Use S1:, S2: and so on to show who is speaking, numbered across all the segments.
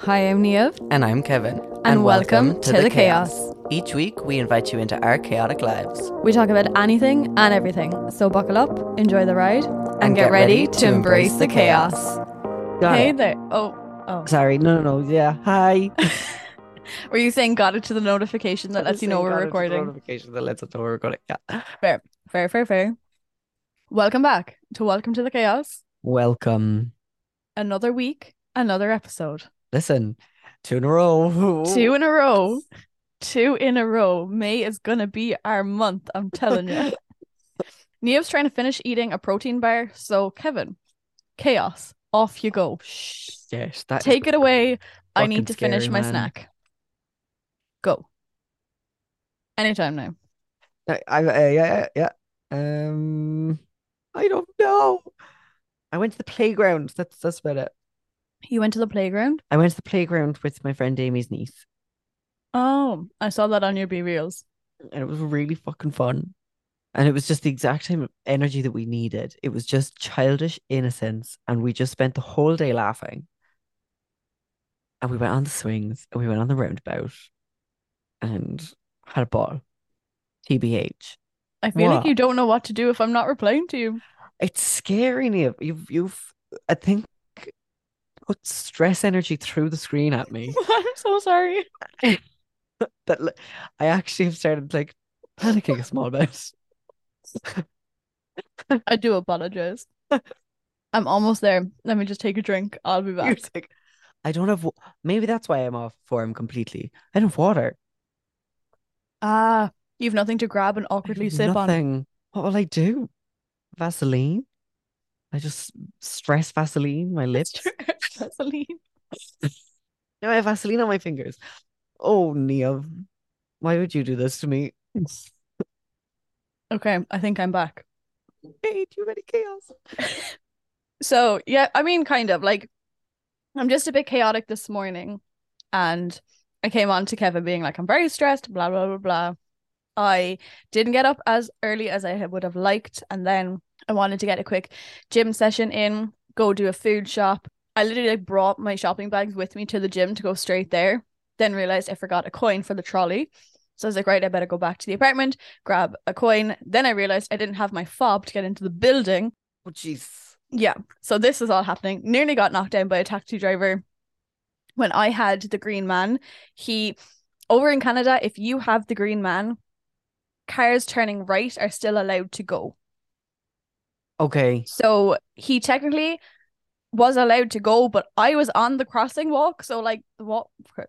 S1: Hi, I'm Neil,
S2: And I'm Kevin.
S1: and, welcome, to, the chaos.
S2: Each week, we invite you into our chaotic lives.
S1: We talk about anything and everything, so buckle up, enjoy the ride, and,
S2: And
S1: get,
S2: get
S1: ready,
S2: ready
S1: to
S2: to embrace
S1: embrace,
S2: the
S1: the chaos.
S3: Got
S1: Hey
S3: it.
S1: there. Oh, oh.
S3: Sorry. No, no, no. Yeah. Hi.
S1: Were you saying got it to the notification that lets you know
S3: Saying got
S1: we're
S3: it,
S1: recording?
S3: Notification that lets us know we're recording. Yeah.
S1: Fair, fair, fair. Welcome back to Welcome to the Chaos.
S3: Welcome.
S1: Another week, another episode.
S3: Listen, two in a row.
S1: Two in a row. Two in a row. May is gonna be our month, I'm telling you. Neo's trying to finish eating a protein bar, so Kevin, chaos, off you go.
S3: Yes, that is
S1: Take it away. I need
S3: fucking
S1: to finish
S3: scary,
S1: my
S3: man.
S1: snack. Go. Anytime now.
S3: I, I, I- yeah, yeah, yeah. Um, I don't know. I went to the playground. That's that's about it.
S1: You went to the playground?
S3: I went to the playground with my friend Amy's niece,
S1: Oh, I saw that on your B reels.
S3: and it was really fucking fun. And it was just the exact same energy that we needed. It was just childish innocence, and we just spent the whole day laughing. And we went on the swings, and we went on the roundabout, and had a ball. TBH.
S1: I feel like
S3: What?
S1: you don't know what to do if I'm not replying to you.
S3: It's scary, Neil. You've you've I think put stress energy through the screen at me.
S1: I'm so sorry.
S3: that li- I actually have started like panicking a small bit.
S1: I do apologize. I'm almost there. Let me just take a drink. I'll be
S3: You're
S1: back.
S3: like, I don't have. wa- Maybe that's why I'm off form completely. I don't have water.
S1: Ah, you've nothing to grab and
S3: I
S1: awkwardly
S3: have
S1: sip on.
S3: nothing. What will I do? Vaseline. I just stress Vaseline my
S1: It's
S3: lips.
S1: true. Vaseline.
S3: Now I have Vaseline on my fingers. Oh, Neil, why would you do this to me?
S1: Okay, I think I'm back.
S3: Hey, too many chaos.
S1: So, yeah, I mean, kind of like I'm just a bit chaotic this morning. And I came on to Kevin being like, I'm very stressed, blah, blah, blah, blah. I didn't get up as early as I had- would have liked. And then I wanted to get a quick gym session in, go do a food shop. I literally like, brought my shopping bags with me to the gym to go straight there. Then realized I forgot a coin for the trolley. So I was like, right, I better go back to the apartment, grab a coin. Then I realized I didn't have my fob to get into the building.
S3: Oh, jeez.
S1: Yeah. So this is all happening. Nearly got knocked down by a taxi driver when I had the green man. He over in Canada, if you have the green man, cars turning right are still allowed to go.
S3: Okay.
S1: So he technically was allowed to go, but I was on the crossing walk. So like the what the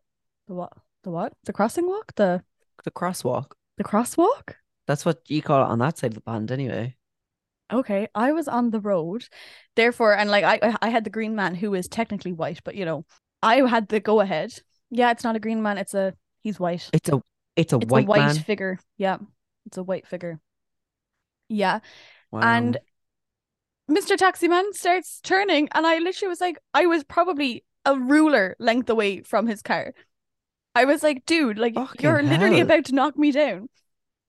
S1: what the what? The crossing walk? The
S3: The crosswalk.
S1: the crosswalk?
S3: That's what you call it on that side of the pond, anyway.
S1: Okay, I was on the road, therefore, and like I, I- I had the green man who is technically white, but you know, I had the go ahead. Yeah, it's not a green man; it's a he's white.
S3: It's a it's a
S1: It's
S3: white
S1: a white
S3: man.
S1: figure. Yeah, it's a white figure. Yeah,
S3: Wow.
S1: and Mr. Taxi Man starts turning, and I literally was like, I was probably a ruler length away from his car. I was like, dude, like
S3: Fucking
S1: you're literally
S3: hell.
S1: about to knock me down.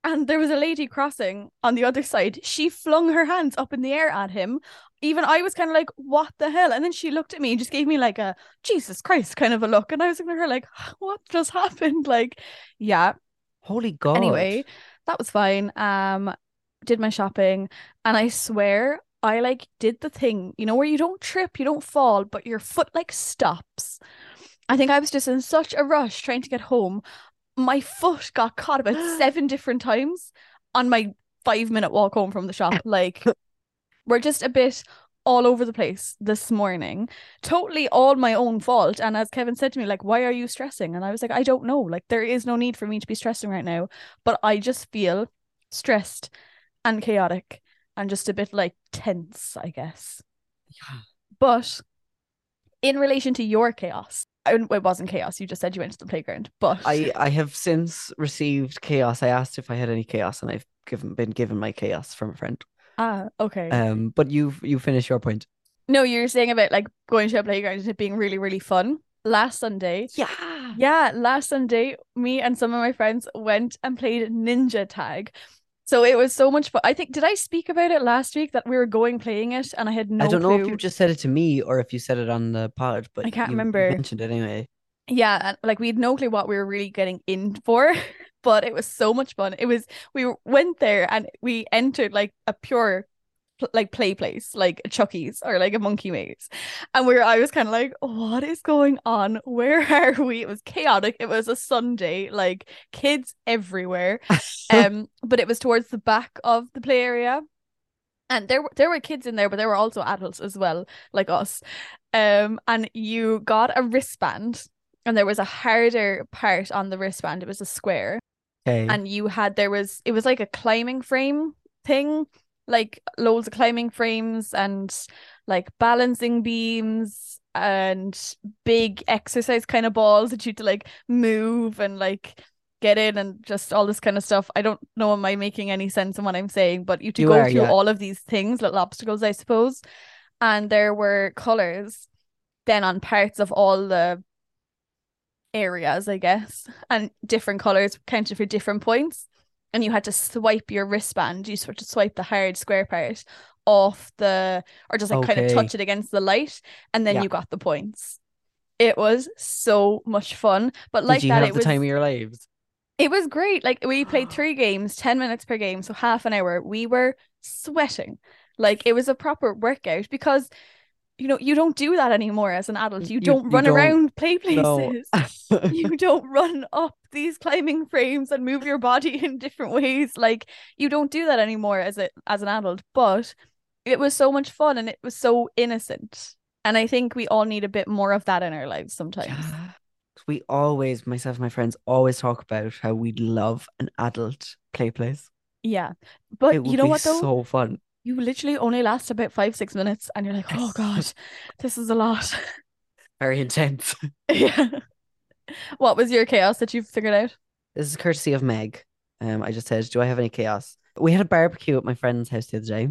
S1: And there was a lady crossing on the other side. She flung her hands up in the air at him. Even I was kind of like, what the hell? And then she looked at me and just gave me like a Jesus Christ kind of a look. And I was looking at her like, what just happened? Like, yeah.
S3: Holy God.
S1: Anyway, that was fine. Um, did my shopping, and I swear I like did the thing, you know, where you don't trip, you don't fall, but your foot like stops. I think I was just in such a rush trying to get home. My foot got caught about seven different times on my five minute walk home from the shop. Like, we're just a bit all over the place this morning. Totally all my own fault. And as Kevin said to me, like, why are you stressing? And I was like, I don't know. Like, there is no need for me to be stressing right now. But I just feel stressed and chaotic and just a bit like tense, I guess.
S3: Yeah.
S1: But in relation to your chaos, I- it wasn't chaos. You just said you went to the playground. But
S3: I I have since received chaos. I asked if I had any chaos, and I've given been given my chaos from a friend.
S1: ah, okay.
S3: Um, but you you finish your point.
S1: no, you were saying about like going to a playground and it being really, really fun. Last Sunday,
S3: Yeah.
S1: Yeah, last Sunday, me and some of my friends went and played Ninja Tag. So it was so much fun. I think did I speak about it last week that we were going playing it and I had no
S3: I don't know if
S1: clue.
S3: you just said it to me or if you said it on the pod, but
S1: I can't
S3: you- you
S1: remember.
S3: mentioned it anyway.
S1: Yeah, and like we had no clue what we were really getting in for, but it was so much fun. It was we w- went there and we entered like a pure pl- like play place, like a Chucky's or like a monkey maze. And we were I was kind of like, what is going on? Where are we? It was chaotic. It was a Sunday, like kids everywhere. um, but it was towards the back of the play area. And there were there were kids in there, but there were also adults as well, like us. Um, and you got a wristband and there was a harder part on the wristband it was a square
S3: Okay.
S1: and you had there was it was like a climbing frame thing like loads of climbing frames and like balancing beams and big exercise kind of balls that you had to like move and like get in and just all this kind of stuff i don't know am i making any sense in what i'm saying but you had to
S3: You
S1: go
S3: are,
S1: through
S3: yeah.
S1: all of these things little obstacles i suppose and there were colors then on parts of all the areas, I guess, and different colors counted for different points. And you had to swipe your wristband. You just had to swipe the hard square part off the, or just like kind
S3: Okay.
S1: of touch it against the light, and then
S3: Yeah.
S1: you got the points. It was so much fun, but like
S3: Did you
S1: that,
S3: have
S1: it
S3: the
S1: was
S3: time of your lives?
S1: it was great. Like we played three games, 10 minutes per game, so half an hour. We were sweating. Like it was a proper workout because you know, you don't do that anymore as an adult.
S3: Y-
S1: You,
S3: you-
S1: don't
S3: you
S1: run
S3: don't.
S1: around play
S3: No.
S1: places. you don't run up these climbing frames and move your body in different ways. Like you don't do that anymore as a as an adult. But it was so much fun and it was so innocent. And I think we all need a bit more of that in our lives sometimes.
S3: Yeah. We always, myself and my friends, always talk about how we'd love an adult play place.
S1: Yeah. But
S3: it would
S1: you know
S3: be
S1: what though?
S3: so fun.
S1: you literally only last about five, six minutes and you're like, oh God, this is a lot.
S3: Very intense.
S1: yeah. What was your chaos that you figured out?
S3: This is courtesy of Meg. Um, I just said, do I have any chaos? We had a barbecue at my friend's house the other day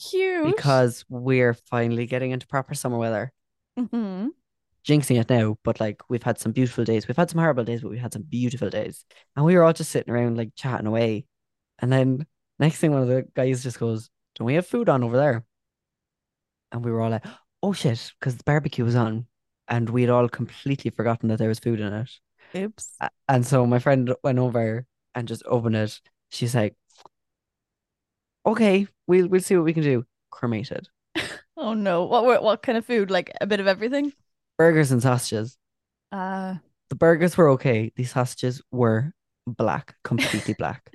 S1: Huge.
S3: because we're finally getting into proper summer weather.
S1: Mhm.
S3: jinxing it now, but like we've had some beautiful days. We've had some horrible days, but we've had some beautiful days. And we were all just sitting around like chatting away. And then next thing one of the guys just goes, Don't we have food on over there? And we were all like, Oh shit, because the barbecue was on. And we had all completely forgotten that there was food in it.
S1: Oops.
S3: A- And so my friend went over and just opened it. She's like, Okay, we'll we'll see what we can do. Cremated.
S1: Oh no. What were what kind of food? Like a bit of everything?
S3: Burgers and sausages.
S1: Uh
S3: the burgers were okay. The sausages were black, completely black.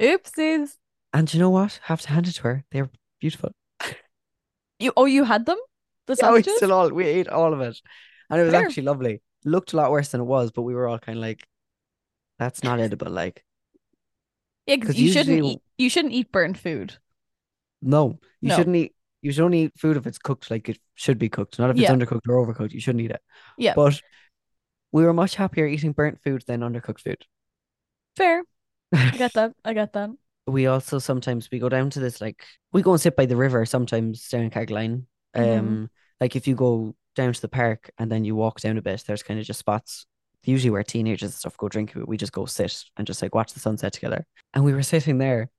S1: oopsies.
S3: And you know what? Have to hand it to her. They were beautiful.
S1: You oh you had them? The
S3: Yeah, we
S1: sausages?
S3: still all we ate all of it, and it was
S1: Fair.
S3: actually lovely. Looked a lot worse than it was, but we were all kind of like, "That's not edible." Like,
S1: yeah, 'cause
S3: 'cause
S1: you shouldn't
S3: usually-
S1: eat you shouldn't eat burnt food.
S3: no, you
S1: No.
S3: shouldn't eat. You should only eat food if it's cooked like it should be cooked, not if it's
S1: Yeah.
S3: undercooked or overcooked. You shouldn't eat it.
S1: Yeah.
S3: But we were much happier eating burnt food than undercooked food.
S1: Fair. I got that. I got that.
S3: we also sometimes we go down to this like we go and sit by the river sometimes down in Cagline. Um,
S1: Mhm.
S3: like if you go down to the park and then you walk down a bit, there's kind of just spots usually where teenagers and stuff go drinking, but we just go sit and just like watch the sunset together. And we were sitting there,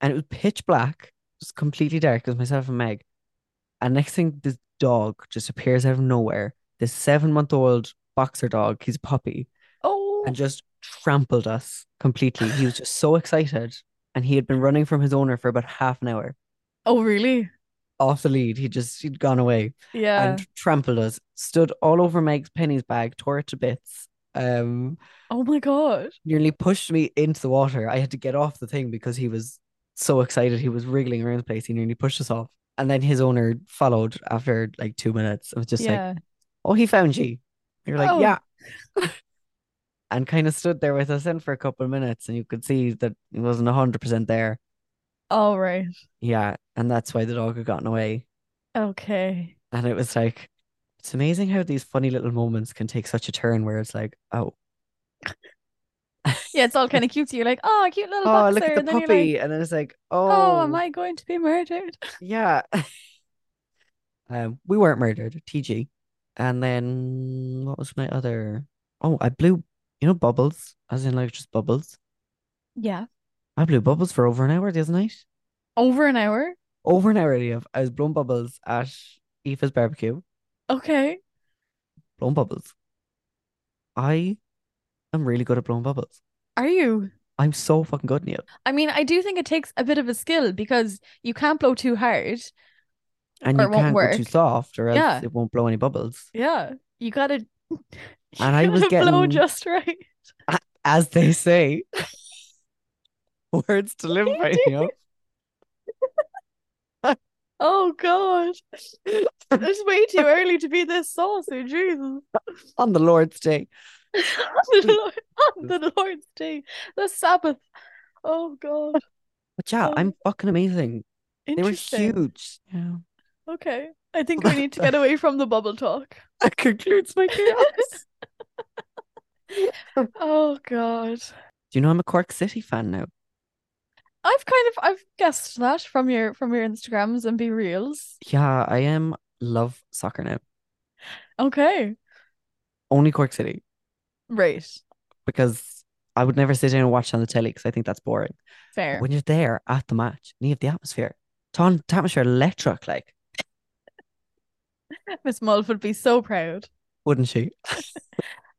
S3: and it was pitch black, it was completely dark. It was myself and Meg, and next thing this dog just appears out of nowhere. This seven month old boxer dog, he's a puppy
S1: Oh
S3: and just trampled us completely. He was just so excited. And he had been running from his owner for about half an hour
S1: oh really?
S3: off the lead. He just, he'd gone away
S1: Yeah.
S3: and trampled us, stood all over Meg's pennies bag, tore it to bits, um,
S1: Oh my god.
S3: nearly pushed me into the water. I had to get off the thing because he was so excited. He was wriggling around the place. He nearly pushed us off. And then his owner followed after like two minutes. I was just like,
S1: yeah.
S3: oh, he found you. And You're like,
S1: Oh.
S3: yeah. and kind of stood there with us in for a couple of minutes, and you could see that he wasn't hundred percent there.
S1: All right.
S3: Yeah, and that's why the dog had gotten away.
S1: Okay.
S3: And it was like, it's amazing how these funny little moments can take such a turn where it's like, oh,
S1: Yeah, it's all kind of cute. So you're like, oh, cute little
S3: oh,
S1: boxer.
S3: look at the
S1: and then you're like,
S3: puppy, and then it's like,
S1: oh,
S3: oh,
S1: am I going to be murdered?
S3: yeah. um, we weren't murdered, TG. And then what was my other? Oh, I blew, you know, bubbles, as in like just bubbles.
S1: Yeah.
S3: I blew bubbles for over an hour the other night.
S1: Over an hour?
S3: Over an hour, Liam. I was blowing bubbles at Aoife's barbecue.
S1: Okay.
S3: Blowing bubbles. I am really good at blowing bubbles.
S1: Are you?
S3: I'm so fucking good, Neil.
S1: I mean, I do think it takes a bit of a skill because you can't blow too hard.
S3: And
S1: Or
S3: you
S1: it won't
S3: can't go too
S1: work.
S3: soft or else
S1: Yeah.
S3: it won't blow any bubbles.
S1: Yeah. You gotta you
S3: And I was
S1: gotta blow
S3: getting-
S1: just right.
S3: As they say. Words to live by, you know.
S1: Oh god. It's way too early to be this saucy, Jesus.
S3: On the Lord's Day.
S1: on, the Lord, on the Lord's Day, the Sabbath. Oh God,
S3: But yeah,
S1: Oh.
S3: I'm fucking amazing. They were
S1: interesting.
S3: huge. Yeah.
S1: Okay, I think we need to get away from the bubble talk.
S3: That concludes my chaos.
S1: Oh God,
S3: Do you know I'm a Cork City fan now?
S1: I've kind of I've guessed that from your from your Instagrams and be reels.
S3: Yeah, I am love soccer now.
S1: Okay,
S3: Only Cork City
S1: right,
S3: because I would never sit in and watch on the telly because I think that's boring.
S1: fair.
S3: When you're there at the match, and you have the atmosphere. Ton the atmosphere electric, like,
S1: Miss Mulf would be so proud.
S3: wouldn't she?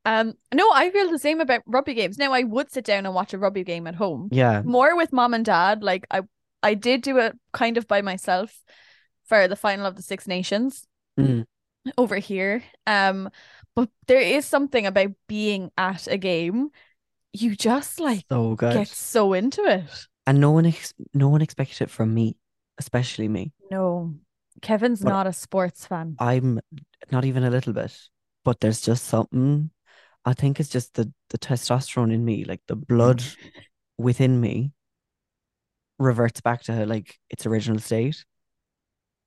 S1: Um, no, I feel the same about rugby games. Now I would sit down and watch a rugby game at home.
S3: Yeah.
S1: more with mom and dad like i i did do it kind of by myself for the final of the six nations
S3: Mm.
S1: over here um but there is something about being at a game you just like
S3: So good.
S1: get so into it
S3: And no one ex- no one expected it from me, especially me.
S1: no kevin's
S3: But-
S1: not a sports fan
S3: I'm not even a little bit, but there's just something. I think it's just the the testosterone in me, like the blood within me, reverts back to like its original state,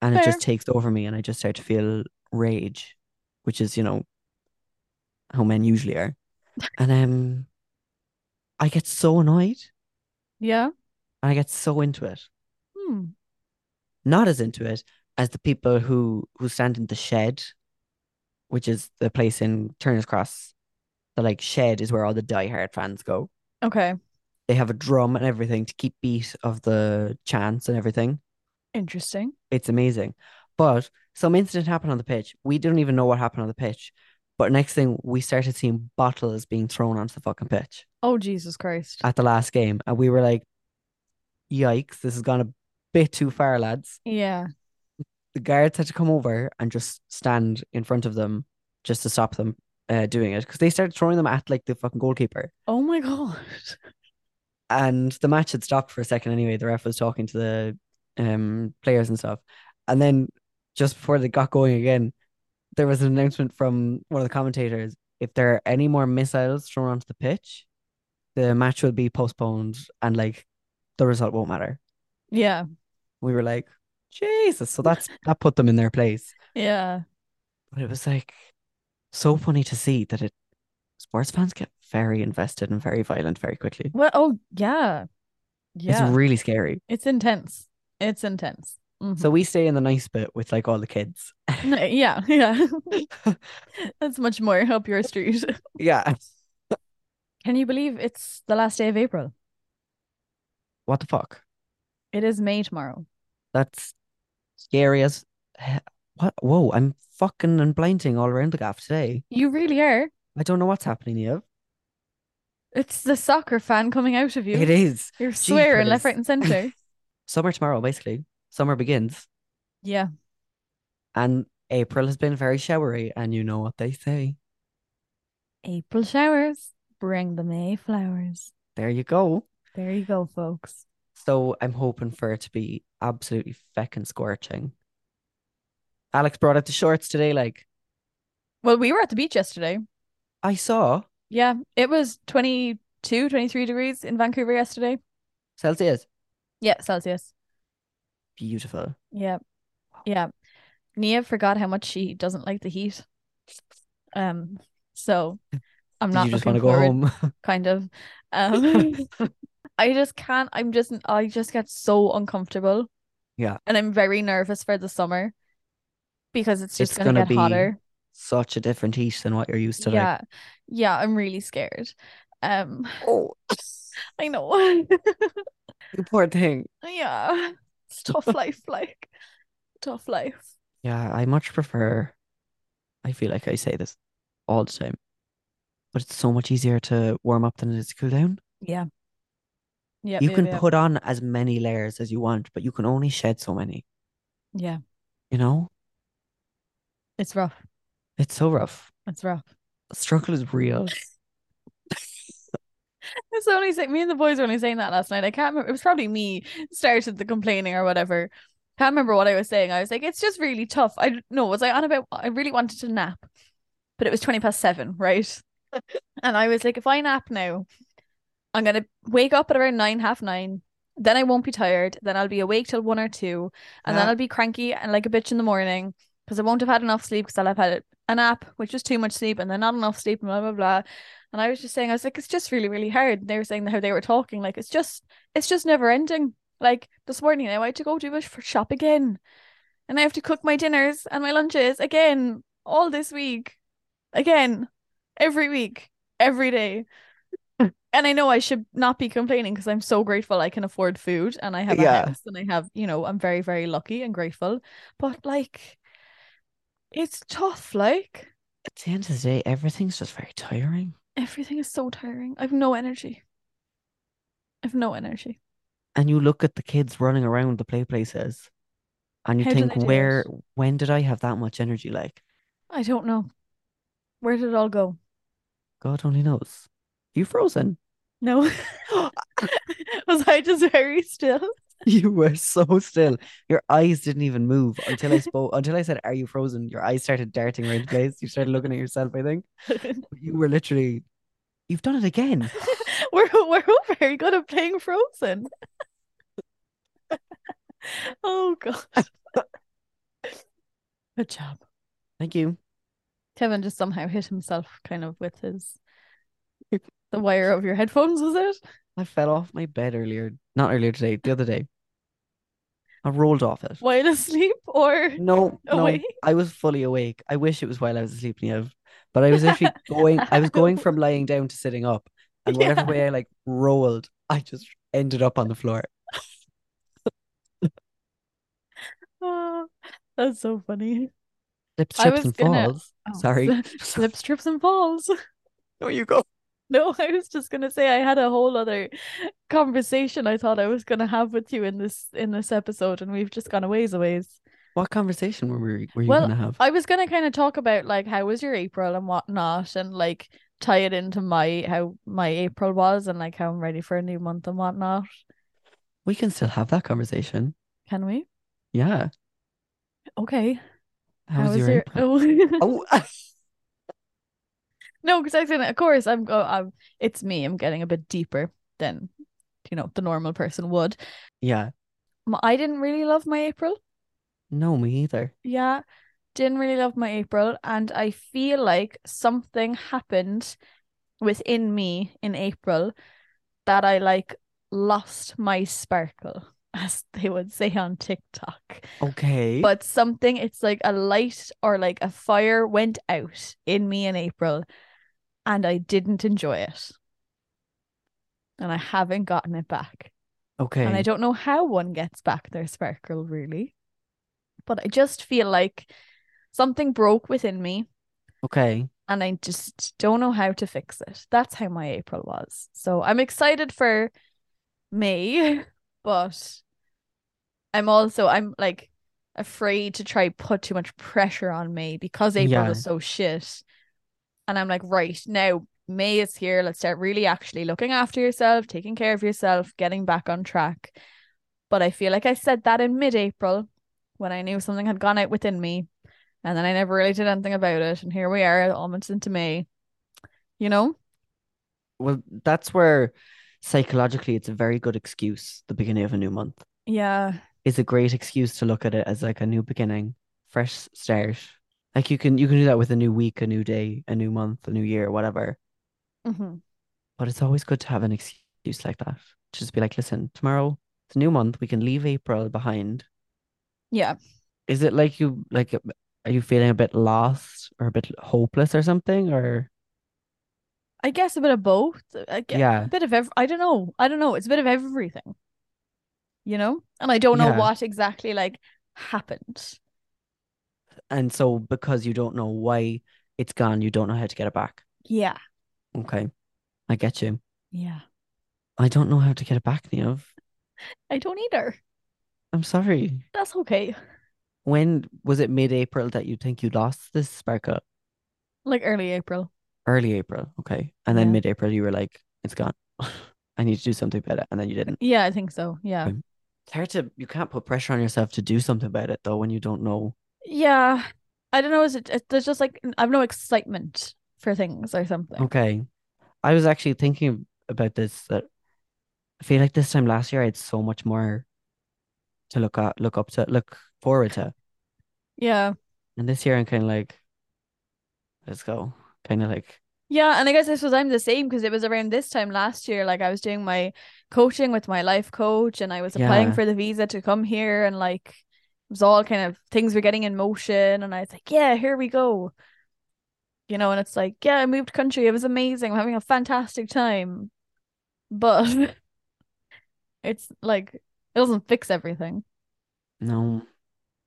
S3: and it
S1: Fair.
S3: just takes over me, and I just start to feel rage, which is you know how men usually are, and um, I get so annoyed,
S1: yeah
S3: and I get so into it,
S1: hmm.
S3: not as into it as the people who who stand in the shed, which is the place in Turner's Cross. The like shed is where all the diehard fans go.
S1: okay
S3: They have a drum and everything to keep beat of the chants and everything.
S1: interesting
S3: It's amazing. But some incident happened on the pitch. We didn't even know what happened on the pitch. But next thing we started seeing bottles being thrown onto the fucking pitch
S1: oh jesus christ
S3: at the last game. And we were like, yikes, this has gone a bit too far, lads.
S1: yeah
S3: the guards had to come over and just stand in front of them just to stop them uh, doing it because they started throwing them at like the fucking goalkeeper.
S1: oh my god
S3: And the match had stopped for a second anyway. The ref was talking to the um, players and stuff. And then just before they got going again, there was an announcement from one of the commentators if there are any more missiles thrown onto the pitch, the match will be postponed and like the result won't matter.
S1: yeah
S3: We were like, Jesus. So that's that put them in their place.
S1: yeah
S3: But it was like so funny to see that it sports fans get very invested and very violent very quickly.
S1: well oh yeah yeah
S3: It's really scary.
S1: it's intense it's intense Mhm.
S3: So we stay in the nice bit with like all the kids.
S1: No, Mm-hmm. yeah, yeah. That's much more up your street.
S3: Yeah.
S1: Can you believe it's the last day of April?
S3: What the fuck?
S1: It is May tomorrow.
S3: That's scary as he- what whoa, I'm fucking and blinding all around the gaff today.
S1: You really are.
S3: I don't know what's happening here.
S1: It's the soccer fan coming out of you.
S3: It is.
S1: You're swearing left,
S3: Jeepers.
S1: right, and center.
S3: Summer tomorrow, basically. Summer begins.
S1: yeah.
S3: And April has been very showery, and you know what they say.
S1: April showers bring the May flowers.
S3: There you go.
S1: There you go, folks.
S3: So I'm hoping for it to be absolutely feckin' scorching. Alex brought out the shorts today. Like
S1: Well, we were at the beach yesterday.
S3: I saw
S1: Yeah. It was 22, 23 degrees in Vancouver yesterday.
S3: Celsius,
S1: Yeah, Celsius.
S3: beautiful.
S1: Yeah. Yeah. Nia forgot how much she doesn't like the heat. Um, so I'm
S3: Did
S1: not
S3: you just
S1: looking
S3: to go
S1: forward,
S3: home?
S1: kind of. Um, I just can't. I'm just. I just get so uncomfortable.
S3: Yeah.
S1: And I'm very nervous for the summer because it's just
S3: It's
S1: gonna,
S3: gonna
S1: get
S3: be
S1: hotter.
S3: Such a different heat than what you're used to.
S1: Yeah. Yeah. I'm really scared. Um,
S3: Like, oh,
S1: I know.
S3: You poor thing.
S1: Yeah. It's tough life, like tough life.
S3: Yeah, I much prefer. I feel like I say this all the time, but it's so much easier to warm up than it is to cool down.
S1: Yeah. Yeah.
S3: you can put on as many layers as you want, but you can only shed so many.
S1: Yeah.
S3: You know,
S1: It's rough.
S3: it's so rough.
S1: It's rough.
S3: Struggle is real.
S1: It's only say- me and the boys were only saying that last night. I can't remember. It was probably me started the complaining or whatever. Can't remember what I was saying. I was like, it's just really tough. I d- no, was I on about? I really wanted to nap, but it was twenty past seven, right? and I was like, if I nap now, I'm gonna wake up at around nine, half nine. Then I won't be tired. Then I'll be awake till one or two, and then
S3: Yeah.
S1: I'll be cranky and like a bitch in the morning because I won't have had enough sleep because I'll have had a nap, which is too much sleep, and then not enough sleep, and blah blah blah. And I was just saying, I was like, it's just really, really hard. And they were saying how they were talking, like it's just, it's just never ending. Like this morning, now I had to go do a sh- shop again, and I have to cook my dinners and my lunches again all this week, again, every week, every day. and I know I should not be complaining because I'm so grateful I can afford food and I have a
S3: Yeah.
S1: house and I have, you know, I'm very, very lucky and grateful. But like, it's tough. Like
S3: At the end of the day, everything's just very tiring.
S1: everything is so tiring. I've no energy. I've no energy.
S3: And you look at the kids running around the play places and you
S1: How do
S3: think,
S1: they do it?
S3: where, when did I have that much energy? Like,
S1: I don't know. Where did it all go?
S3: God only knows. You frozen.
S1: No. Was I just very still?
S3: You were so still. Your eyes didn't even move until I spoke. Until I said, "Are you frozen?" Your eyes started darting around the place. You started looking at yourself. I think But you were literally. You've done it again.
S1: we're we're all very good at playing Frozen. oh god. Good job.
S3: Thank you.
S1: Kevin just somehow hit himself kind of with his the wire of your headphones, was it?
S3: I fell off my bed earlier. Not earlier today. The other day. I rolled off it.
S1: While asleep or
S3: No, no.
S1: Awake?
S3: I was fully awake. I wish it was while I was asleep, Niamh. But I was actually going. I was going from lying down to sitting up, and whatever
S1: Yeah.
S3: way I like rolled, I just ended up on the floor.
S1: Oh, that's so funny.
S3: Slips,
S1: I
S3: trips,
S1: was
S3: and
S1: gonna-
S3: falls.
S1: Oh,
S3: Sorry.
S1: Slips, trips, and falls.
S3: There you go.
S1: No, I was just gonna say I had a whole other conversation I thought I was gonna have with you in this in this episode, and we've just gone a ways a ways.
S3: What conversation were we were you
S1: Well,
S3: gonna have?
S1: I was gonna kind of talk about like how was your April and whatnot, and like tie it into my how my April was, and like how I'm ready for a new month and whatnot.
S3: We can still have that conversation.
S1: Can we?
S3: Yeah.
S1: Okay.
S3: How was your April?
S1: Oh.
S3: Oh,
S1: No, because I think, of course, I'm go. I'm. It's me. I'm getting a bit deeper than, you know, the normal person would.
S3: yeah.
S1: M- I didn't really love my April.
S3: No, me either.
S1: Yeah, didn't really love my April, and I feel like something happened within me in April that I like lost my sparkle, as they would say on TikTok.
S3: Okay.
S1: But something, it's like a light or like a fire went out in me in April and I didn't enjoy it. And I haven't gotten it back.
S3: okay.
S1: And I don't know how one gets back their sparkle really. But I just feel like something broke within me
S3: okay.
S1: and I just don't know how to fix it. That's how my April was. So I'm excited for May, but I'm also I'm like afraid to try put too much pressure on May because April
S3: Yeah.
S1: was so shit. And I'm like, right now May is here. Let's start really actually looking after yourself, taking care of yourself, getting back on track. But I feel like I said that in mid-April when I knew something had gone out within me. And then I never really did anything about it. And here we are, almost into May. You know?
S3: Well, that's where psychologically it's a very good excuse. The beginning of a new month
S1: Yeah.
S3: is a great excuse to look at it as like a new beginning, fresh start. Like you can you can do that with a new week, a new day, a new month, a new year, whatever.
S1: Mm-hmm.
S3: But it's always good to have an excuse like that. To just be like, listen, tomorrow it's a new month. We can leave April behind.
S1: Yeah.
S3: Is it like you like are you feeling a bit lost or a bit hopeless or something? Or
S1: I guess a bit of both. I guess
S3: Yeah.
S1: a bit of ev- I don't know. I don't know. It's a bit of everything. you know? And I don't know
S3: Yeah.
S1: what exactly like happened.
S3: And so because you don't know why it's gone, you don't know how to get it back.
S1: Yeah.
S3: Okay. I get you.
S1: Yeah.
S3: I don't know how to get it back, Neov.
S1: I don't either.
S3: I'm sorry.
S1: That's okay.
S3: When was it mid April that you think you lost this sparkle?
S1: Like early April.
S3: Early April. Okay. And then
S1: Yeah.
S3: mid April, you were like, it's gone. I need to do something about it. And then you didn't.
S1: Yeah, I think so. Yeah.
S3: Okay. It's hard to, you can't put pressure on yourself to do something about it though when you don't know.
S1: Yeah. I don't know. Is it, it- there's just like I've no excitement for things or something.
S3: Okay. I was actually thinking about this that I feel like this time last year I had so much more to look at, look up to, look forward to.
S1: Yeah.
S3: And this year I'm kind of like, let's go. Kind of like,
S1: Yeah, and I guess I suppose I'm the same because it was around this time last year. Like I was doing my coaching with my life coach, and I was applying
S3: Yeah.
S1: for the visa to come here, and like it was all kind of things were getting in motion, and I was like, "Yeah, here we go," you know. And it's like, "Yeah, I moved country. It was amazing. I'm having a fantastic time," but it's like it doesn't fix everything.
S3: no.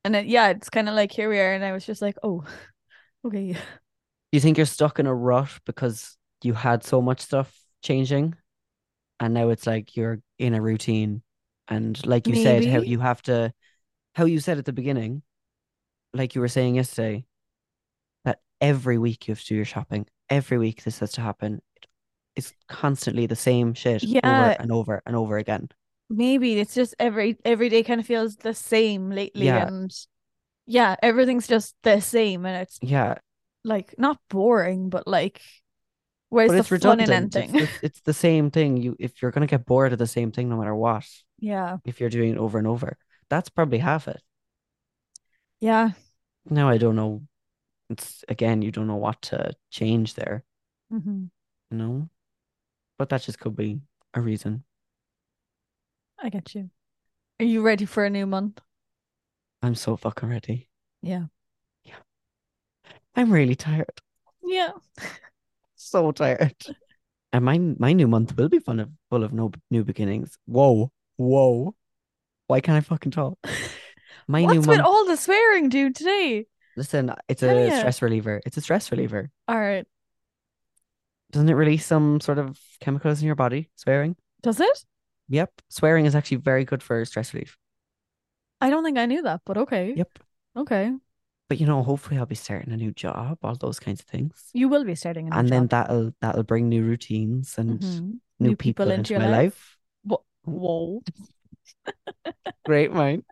S1: And it, yeah, it's kind of like here we are, and I was just like, "Oh, okay,
S3: Do you think you're stuck in a rut because you had so much stuff changing and now it's like you're in a routine and like you said how
S1: Maybe.
S3: you have to how you said at the beginning like you were saying yesterday that every week you have to do your shopping every week this has to happen it's constantly the same shit
S1: Yeah.
S3: over and over and over again
S1: maybe it's just every every day kind of feels the same lately
S3: Yeah.
S1: and yeah everything's just the same and it's
S3: yeah
S1: like not boring but like where's
S3: but
S1: the
S3: it's
S1: fun in
S3: redundant it's,
S1: anything
S3: the- it's the same thing you if you're going to get bored of the same thing no matter what
S1: yeah
S3: if you're doing it over and over that's probably half it
S1: yeah
S3: now I don't know. It's again, you don't know what to change there,
S1: hmm
S3: you know? But that just could be a reason.
S1: I get you are you ready for a new month
S3: I'm so fucking ready.
S1: Yeah.
S3: Yeah. I'm really tired.
S1: yeah
S3: So tired. And my my new month will be fun of full of no new beginnings. Whoa. Whoa. Why can't I fucking talk? My
S1: what's
S3: new
S1: with
S3: month.
S1: all the swearing dude today
S3: Listen, it's
S1: Tell
S3: a
S1: ya.
S3: stress reliever. It's a stress reliever.
S1: all right
S3: Doesn't it release some sort of chemicals in your body? Swearing?
S1: does it
S3: Yep. Swearing is actually very good for stress relief.
S1: I don't think I knew that but okay
S3: Yep.
S1: okay
S3: but you know hopefully i'll be starting a new job all those kinds of things
S1: you will be starting a new
S3: and then
S1: job.
S3: that'll that'll bring new routines and
S1: Mhm.
S3: Mm-hmm. new, people, into,
S1: your
S3: my life, Mm.
S1: whoa
S3: great minds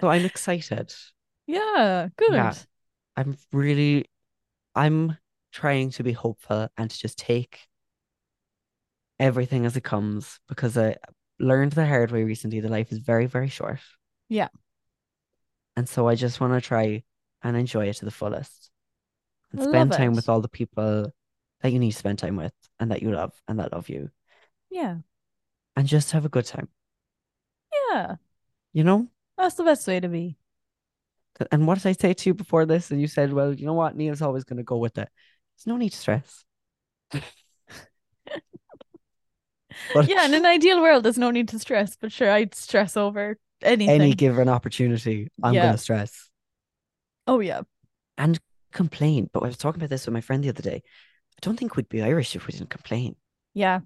S3: so i'm excited
S1: yeah good
S3: i'm really i'm trying to be hopeful and to just take everything as it comes because i learned the hard way recently that life is very very short
S1: Yeah.
S3: and so i just want to try and enjoy it to the fullest and
S1: Love
S3: spend time
S1: it.
S3: with all the people that you need to spend time with and that you love and that love you
S1: yeah
S3: and just have a good time
S1: yeah
S3: you know
S1: That's the best way to be.
S3: Th- and what did i say to you before this and you said well you know what neil's always going to go with it there's no need to stress But-
S1: Yeah, in an ideal world, there's no need to stress, but sure, I'd stress over anything.
S3: any given opportunity, I'm
S1: Yeah.
S3: going to stress.
S1: oh, yeah.
S3: Complain. But I was talking about this with my friend the other day. I don't think we'd be Irish if we didn't complain
S1: Yeah.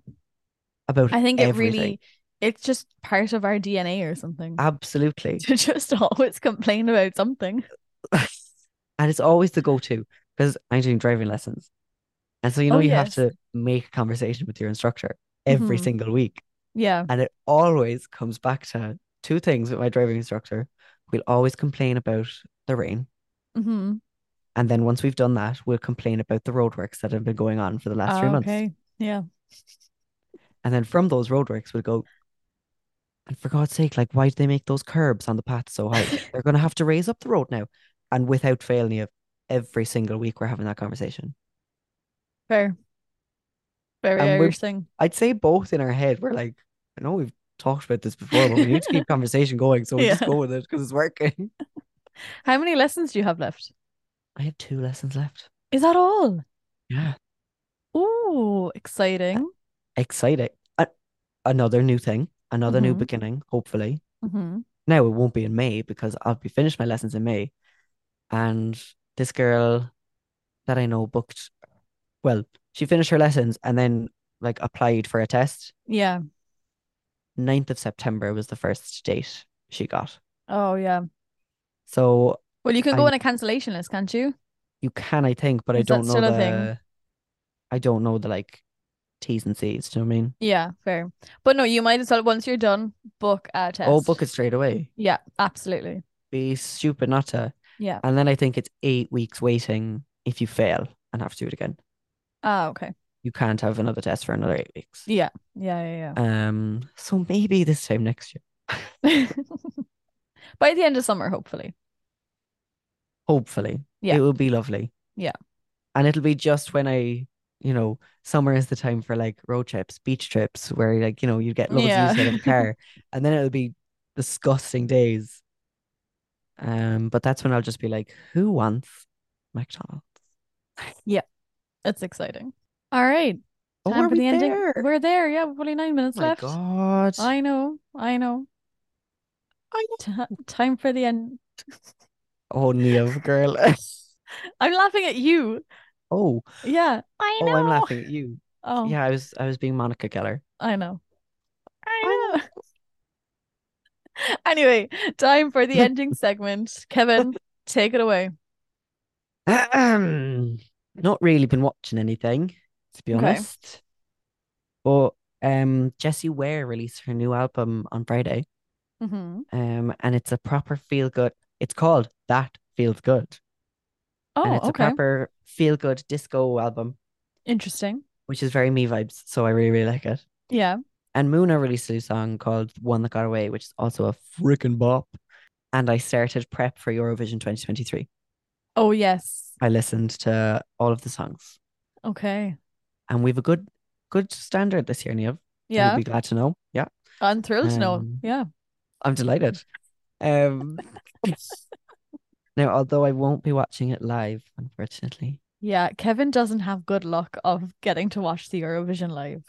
S3: about
S1: I think it
S3: everything. Ah.
S1: really, it's just part of our DNA or something
S3: Absolutely.
S1: to just always complain about something.
S3: and it's always the go to because I'm doing driving lessons. And so, you know,
S1: Oh,
S3: you
S1: yes.
S3: have to make a conversation with your instructor every
S1: Mhm.
S3: single week.
S1: Yeah.
S3: And it always comes back to two things with my driving instructor. We'll always complain about the rain.
S1: Mm-hmm.
S3: And then once we've done that, we'll complain about the roadworks that have been going on for the last three months.
S1: okay. Yeah.
S3: And then from those roadworks, we'll go, and for God's sake, like, why did they make those curbs on the path so high? They're going to have to raise up the road now. And without fail, Niamh, every single week we're having that conversation.
S1: Fair. Very
S3: And we're-
S1: Irish thing.
S3: I'd say both in our head, we're like, I know we've talked about this before, but we need to keep conversation going. So we just
S1: Yeah.
S3: go with it because it's working.
S1: How many lessons do you have left?
S3: I have two lessons left.
S1: Is that all?
S3: Yeah.
S1: Ooh, exciting.
S3: Exciting. I, another new thing, another new
S1: Mhm.
S3: beginning, hopefully.
S1: Mm-hmm.
S3: Now it won't be in May because I'll be finished my lessons in May. And this girl that I know booked, well, she finished her lessons and then like applied for a test.
S1: Yeah.
S3: 9th of September was the first date she got.
S1: Oh, yeah.
S3: So
S1: Well, you can go
S3: I-
S1: on a cancellation list, can't you?
S3: you can, I think, but I
S1: Is that
S3: don't know
S1: still a
S3: the
S1: thing?
S3: I don't know the like T's and C's, do you know what I mean?
S1: Yeah, fair. But no, you might as well, once you're done, book a test.
S3: Oh, book it straight away.
S1: Yeah, absolutely.
S3: Be stupid not to.
S1: Yeah.
S3: And then I think it's eight weeks waiting if you fail and have to do it again.
S1: Ah, okay.
S3: You can't have another test for another eight weeks.
S1: Yeah. Yeah, yeah,
S3: Um, so maybe this time next year.
S1: yeah. By the end of summer, hopefully.
S3: Hopefully.
S1: Yeah.
S3: It will be lovely.
S1: Yeah.
S3: And it'll be just when I, you know, summer is the time for like road trips, beach trips, where like, you know, you get loads
S1: Yeah.
S3: of use out of a car. And then it'll be disgusting days. Um, but that's when I'll just be like, who wants McDonald's?
S1: That's exciting. All right.
S3: Oh,
S1: Time
S3: are
S1: for
S3: we
S1: the ending.
S3: there?
S1: We're there. Yeah, we've only nine minutes
S3: Oh my
S1: left.
S3: God.
S1: I know. I know.
S3: I know.
S1: Ti- time for the end.
S3: Oh, Neov girl.
S1: I'm laughing at you.
S3: oh,
S1: Yeah. I
S3: oh, I'm laughing at you.
S1: Oh,
S3: Yeah, I was I was being Monica Geller.
S1: I know.
S3: I
S1: know. Anyway, time for the ending segment. Kevin, take it away.
S3: Ahem. Not really been watching anything, to be
S1: Okay.
S3: honest. But um Jessie Ware released her new album on Friday.
S1: Mm-hmm.
S3: Um and it's a proper feel good. It's called That Feels Good. and
S1: Oh,
S3: it's a
S1: okay.
S3: proper feel good disco album,
S1: Interesting.
S3: which is very me vibes. So I really, really like it.
S1: Yeah.
S3: And Muna released a new song called One That Got Away, which is also a freaking bop. And I started prep for Eurovision 2023.
S1: Oh, yes.
S3: I listened to all of the songs.
S1: Okay.
S3: And we have a good good standard this year, Neil.
S1: Yeah.
S3: You'll be glad to know. Yeah.
S1: I'm thrilled to know.
S3: Um,
S1: Yeah.
S3: I'm delighted. Um now, although I won't be watching it live, unfortunately.
S1: Yeah. Kevin doesn't have good luck of getting to watch the Eurovision live.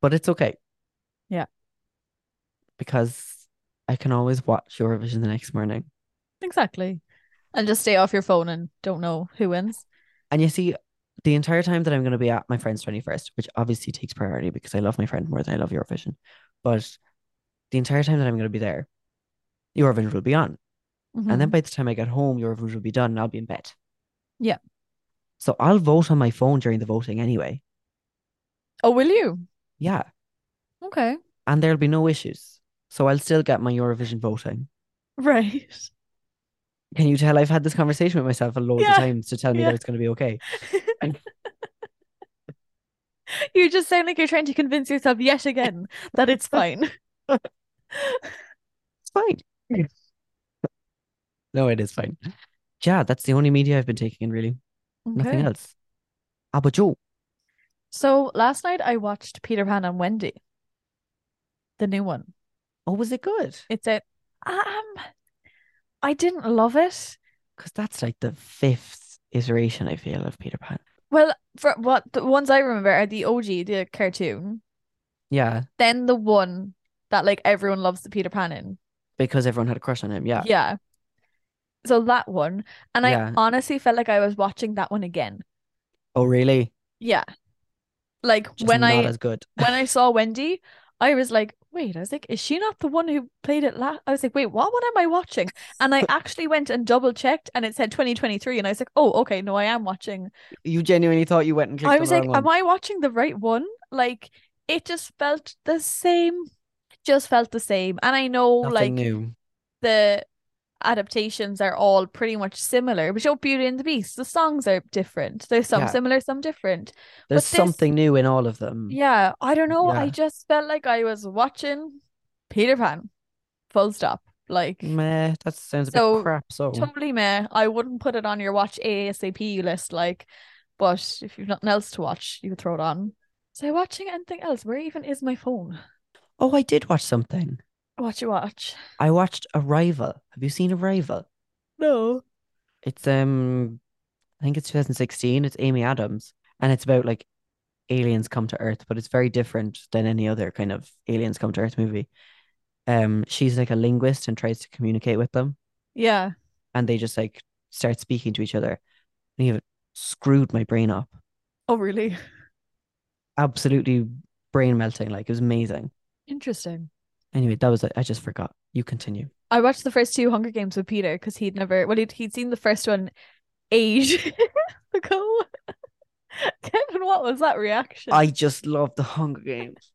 S3: But it's okay.
S1: Yeah.
S3: Because I can always watch Eurovision the next morning.
S1: Exactly. And just stay off your phone and don't know who wins.
S3: And you see, the entire time that I'm going to be at my friend's 21st, which obviously takes priority because I love my friend more than I love Eurovision, but the entire time that I'm going to be there, Eurovision will be on.
S1: Mm-hmm.
S3: And then by the time I get home, Eurovision will be done and I'll be in bed.
S1: Yeah.
S3: So I'll vote on my phone during the voting anyway.
S1: Oh, will you?
S3: Yeah.
S1: Okay.
S3: And there'll be no issues. So I'll still get my Eurovision voting.
S1: Right.
S3: Can you tell I've had this conversation with myself a loads
S1: Yeah.
S3: of times to tell me
S1: Yeah.
S3: that it's going to be okay?
S1: You just sound like you're trying to convince yourself yet again that it's fine.
S3: It's fine. no, it is fine. Yeah, that's the only media I've been taking in, really. Nothing
S1: Okay.
S3: else. Ah, but Joe,
S1: So last night I watched Peter Pan and Wendy, the new one.
S3: oh, was it good?
S1: It's a um, I didn't love it.
S3: Because that's like the fifth iteration, I feel, of Peter Pan.
S1: Well, for what the ones I remember are the OG, the cartoon,
S3: Yeah,
S1: then the one that like everyone loves the Peter Pan in.
S3: because everyone had a crush on him. Yeah.
S1: Yeah. So that one, and I
S3: Yeah.
S1: honestly felt like I was watching that one again.
S3: Oh, really?
S1: Yeah. Like
S3: Just
S1: when
S3: not
S1: I
S3: as good.
S1: when I saw Wendy, I was like, wait, I was like, is she not the one who played it last? I was like, wait, what one am I watching? And I actually went and double checked and it said 2023. And I was like, oh, okay, no, I am watching.
S3: You genuinely thought you went and clicked
S1: I
S3: on
S1: was
S3: the
S1: like,
S3: wrong
S1: am
S3: one.
S1: I watching the right one? Like, it just felt the same. Just felt the same. And I know,
S3: Nothing
S1: like,
S3: new.
S1: the adaptations are all pretty much similar. But show Beauty and the Beast, the songs are different. There's some
S3: Yeah.
S1: similar, some different.
S3: There's
S1: this-
S3: something new in all of them.
S1: Yeah, I don't know. I
S3: Mm. Yeah.
S1: just felt like I was watching Peter Pan. Full stop. Like
S3: Meh, that sounds a
S1: So,
S3: bit crap. So,
S1: totally meh. I wouldn't put it on your watch ASAP list, like, but if you've nothing else to watch, you could throw it on. So I watching anything else? Where even is my phone?
S3: oh, I did watch something.
S1: What you watch?
S3: I watched Arrival. Have you seen Arrival?
S1: No.
S3: It's um, I think it's 2016. It's Amy Adams, and it's about like aliens come to Earth, but it's very different than any other kind of aliens come to Earth movie. Um, she's like a linguist and tries to communicate with them,
S1: Yeah.
S3: and they just like start speaking to each other. And you screwed my brain up.
S1: Oh, really?
S3: Absolutely brain melting. Like it was amazing.
S1: Interesting.
S3: Anyway, that was it. I just forgot. You continue.
S1: I watched the first two Hunger Games with Peter because he'd never, well, he'd, he'd seen the first one ages ago. Kevin, what was that reaction?
S3: I just love the Hunger Games.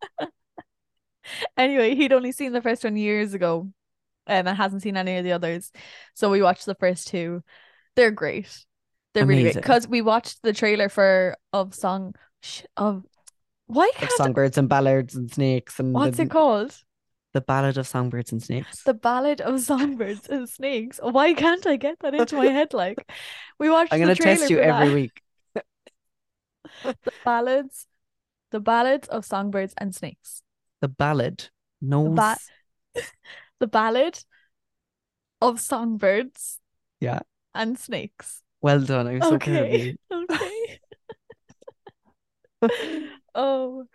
S1: Anyway, he'd only seen the first one years ago um, and hasn't seen any of the others. So we watched the first two. They're great. They're really great.
S3: Amazing.
S1: Because we watched the trailer for of song sh- of why
S3: Like
S1: can't
S3: songbirds and ballads and snakes and
S1: what's
S3: the,
S1: it called?
S3: the ballad of songbirds and snakes.
S1: The Ballad of Songbirds and Snakes. Why can't I get that into my head? Like we watched
S3: I'm
S1: the
S3: gonna
S1: trailer
S3: test you
S1: for that.
S3: every week.
S1: The ballads, the ballads of songbirds and snakes.
S3: The ballad. No.
S1: ba- The ballad of songbirds.
S3: Yeah.
S1: And snakes.
S3: Well done. I'm so proud of you.
S1: okay. Okay. oh.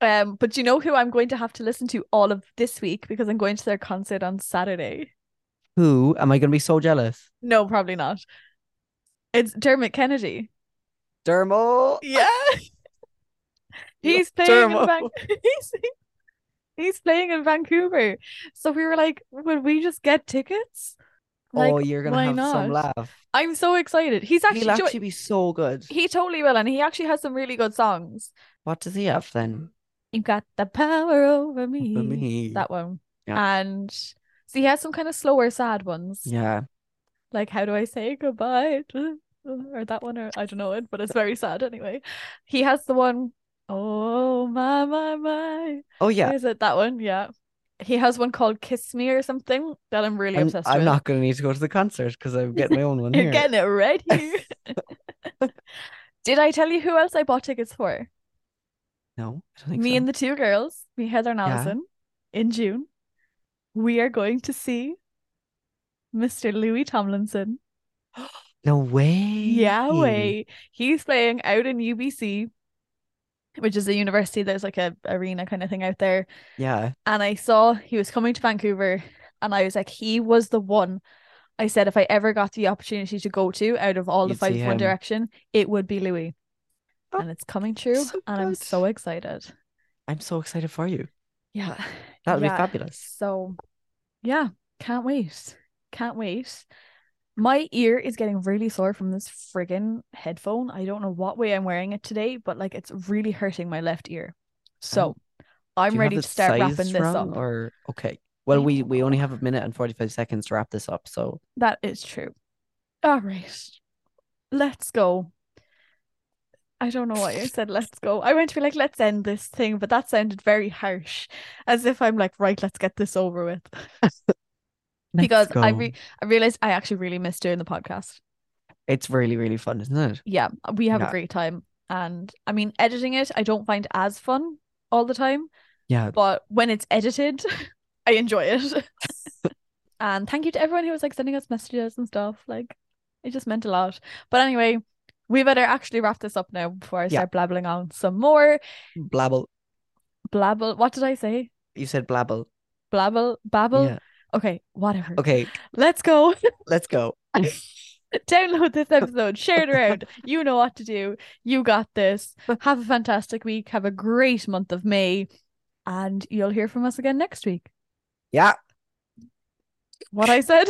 S1: Um, but you know who I'm going to have to listen to all of this week because I'm going to their concert on Saturday.
S3: Who am I going to be so jealous?
S1: No, probably not. It's Dermot Kennedy.
S3: Dermo.
S1: Yeah. he's playing in
S3: Dermo.
S1: Van- he's, he's playing in Vancouver. So we were like, would we just get tickets? Like,
S3: oh, you're going to
S1: why
S3: have some
S1: not?
S3: laugh.
S1: I'm so excited. He's actually,
S3: He'll
S1: do you know
S3: actually be so good.
S1: what? he totally will, and he actually has some really good songs.
S3: What does he have then?
S1: You've got the power over me.
S3: For me.
S1: That one.
S3: Yeah.
S1: And so he has some kind of slower, sad ones.
S3: Yeah.
S1: like how do I say goodbye to- or that one or I don't know it, but it's very sad anyway. He has the one oh my my my
S3: Oh, yeah.
S1: is it that one? Yeah. He has one called Kiss Me or something that I'm really
S3: I'm,
S1: obsessed
S3: I'm
S1: with.
S3: not going to need to go to the concert because I'm getting my own one
S1: You're
S3: here.
S1: getting it right here. Did I tell you who else I bought tickets for?
S3: No, I don't think
S1: Me
S3: so.
S1: and the two girls, me Heather and
S3: Yeah.
S1: Alison, in June. We are going to see Mr. Louis Tomlinson.
S3: No way.
S1: Yeah, way. He's playing out in UBC, which is a university. There's like a arena kind of thing out there.
S3: Yeah.
S1: And I saw he was coming to Vancouver, and I was like, he was the one. I said if I ever got the opportunity to go to out of all the
S3: You'd
S1: five
S3: see
S1: One
S3: him.
S1: Direction, it would be Louis.
S3: Oh,
S1: and it's coming true,
S3: so
S1: and I'm
S3: good.
S1: so excited.
S3: I'm so excited for you.
S1: Yeah.
S3: That'll
S1: Yeah.
S3: be fabulous.
S1: So, yeah, can't wait. Can't wait. My ear is getting really sore from this friggin' headphone. I don't know what way I'm wearing it today, but like it's really hurting my left ear. So,
S3: Um, Do
S1: I'm
S3: you have
S1: ready to
S3: it
S1: start wrapping
S3: sized
S1: this
S3: wrong,
S1: up.
S3: Or okay. Well,
S1: I
S3: we
S1: don't
S3: we only
S1: know.
S3: have a minute and forty five seconds to wrap this up. So
S1: That is true. All right. Let's go. I don't know why I said let's go. I went to be like, let's end this thing, but that sounded very harsh, as if I'm like, right, let's get this over with.
S3: let's
S1: because I
S3: go.
S1: re- I realized I actually really missed doing the podcast.
S3: it's really really fun, isn't it?
S1: yeah, we have a
S3: Yeah.
S1: great time. And I mean, editing it, I don't find as fun all the time,
S3: Yeah.
S1: but when it's edited, I enjoy it. and thank you to everyone who was like sending us messages and stuff. Like, it just meant a lot. But anyway, we better actually wrap this up now before I
S3: Yeah.
S1: start blabbling on some more.
S3: Blabble.
S1: Blabble. What did I say?
S3: You said blabble.
S1: Blabble, babble.
S3: Yeah.
S1: Okay, whatever.
S3: Okay,
S1: Let's go.
S3: let's go.
S1: download this episode, share it around. You know what to do. You got this. Have a fantastic week. Have a great month of May. And you'll hear from us again next week.
S3: Yeah.
S1: What I said.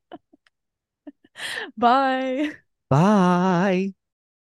S1: Bye.
S3: Bye.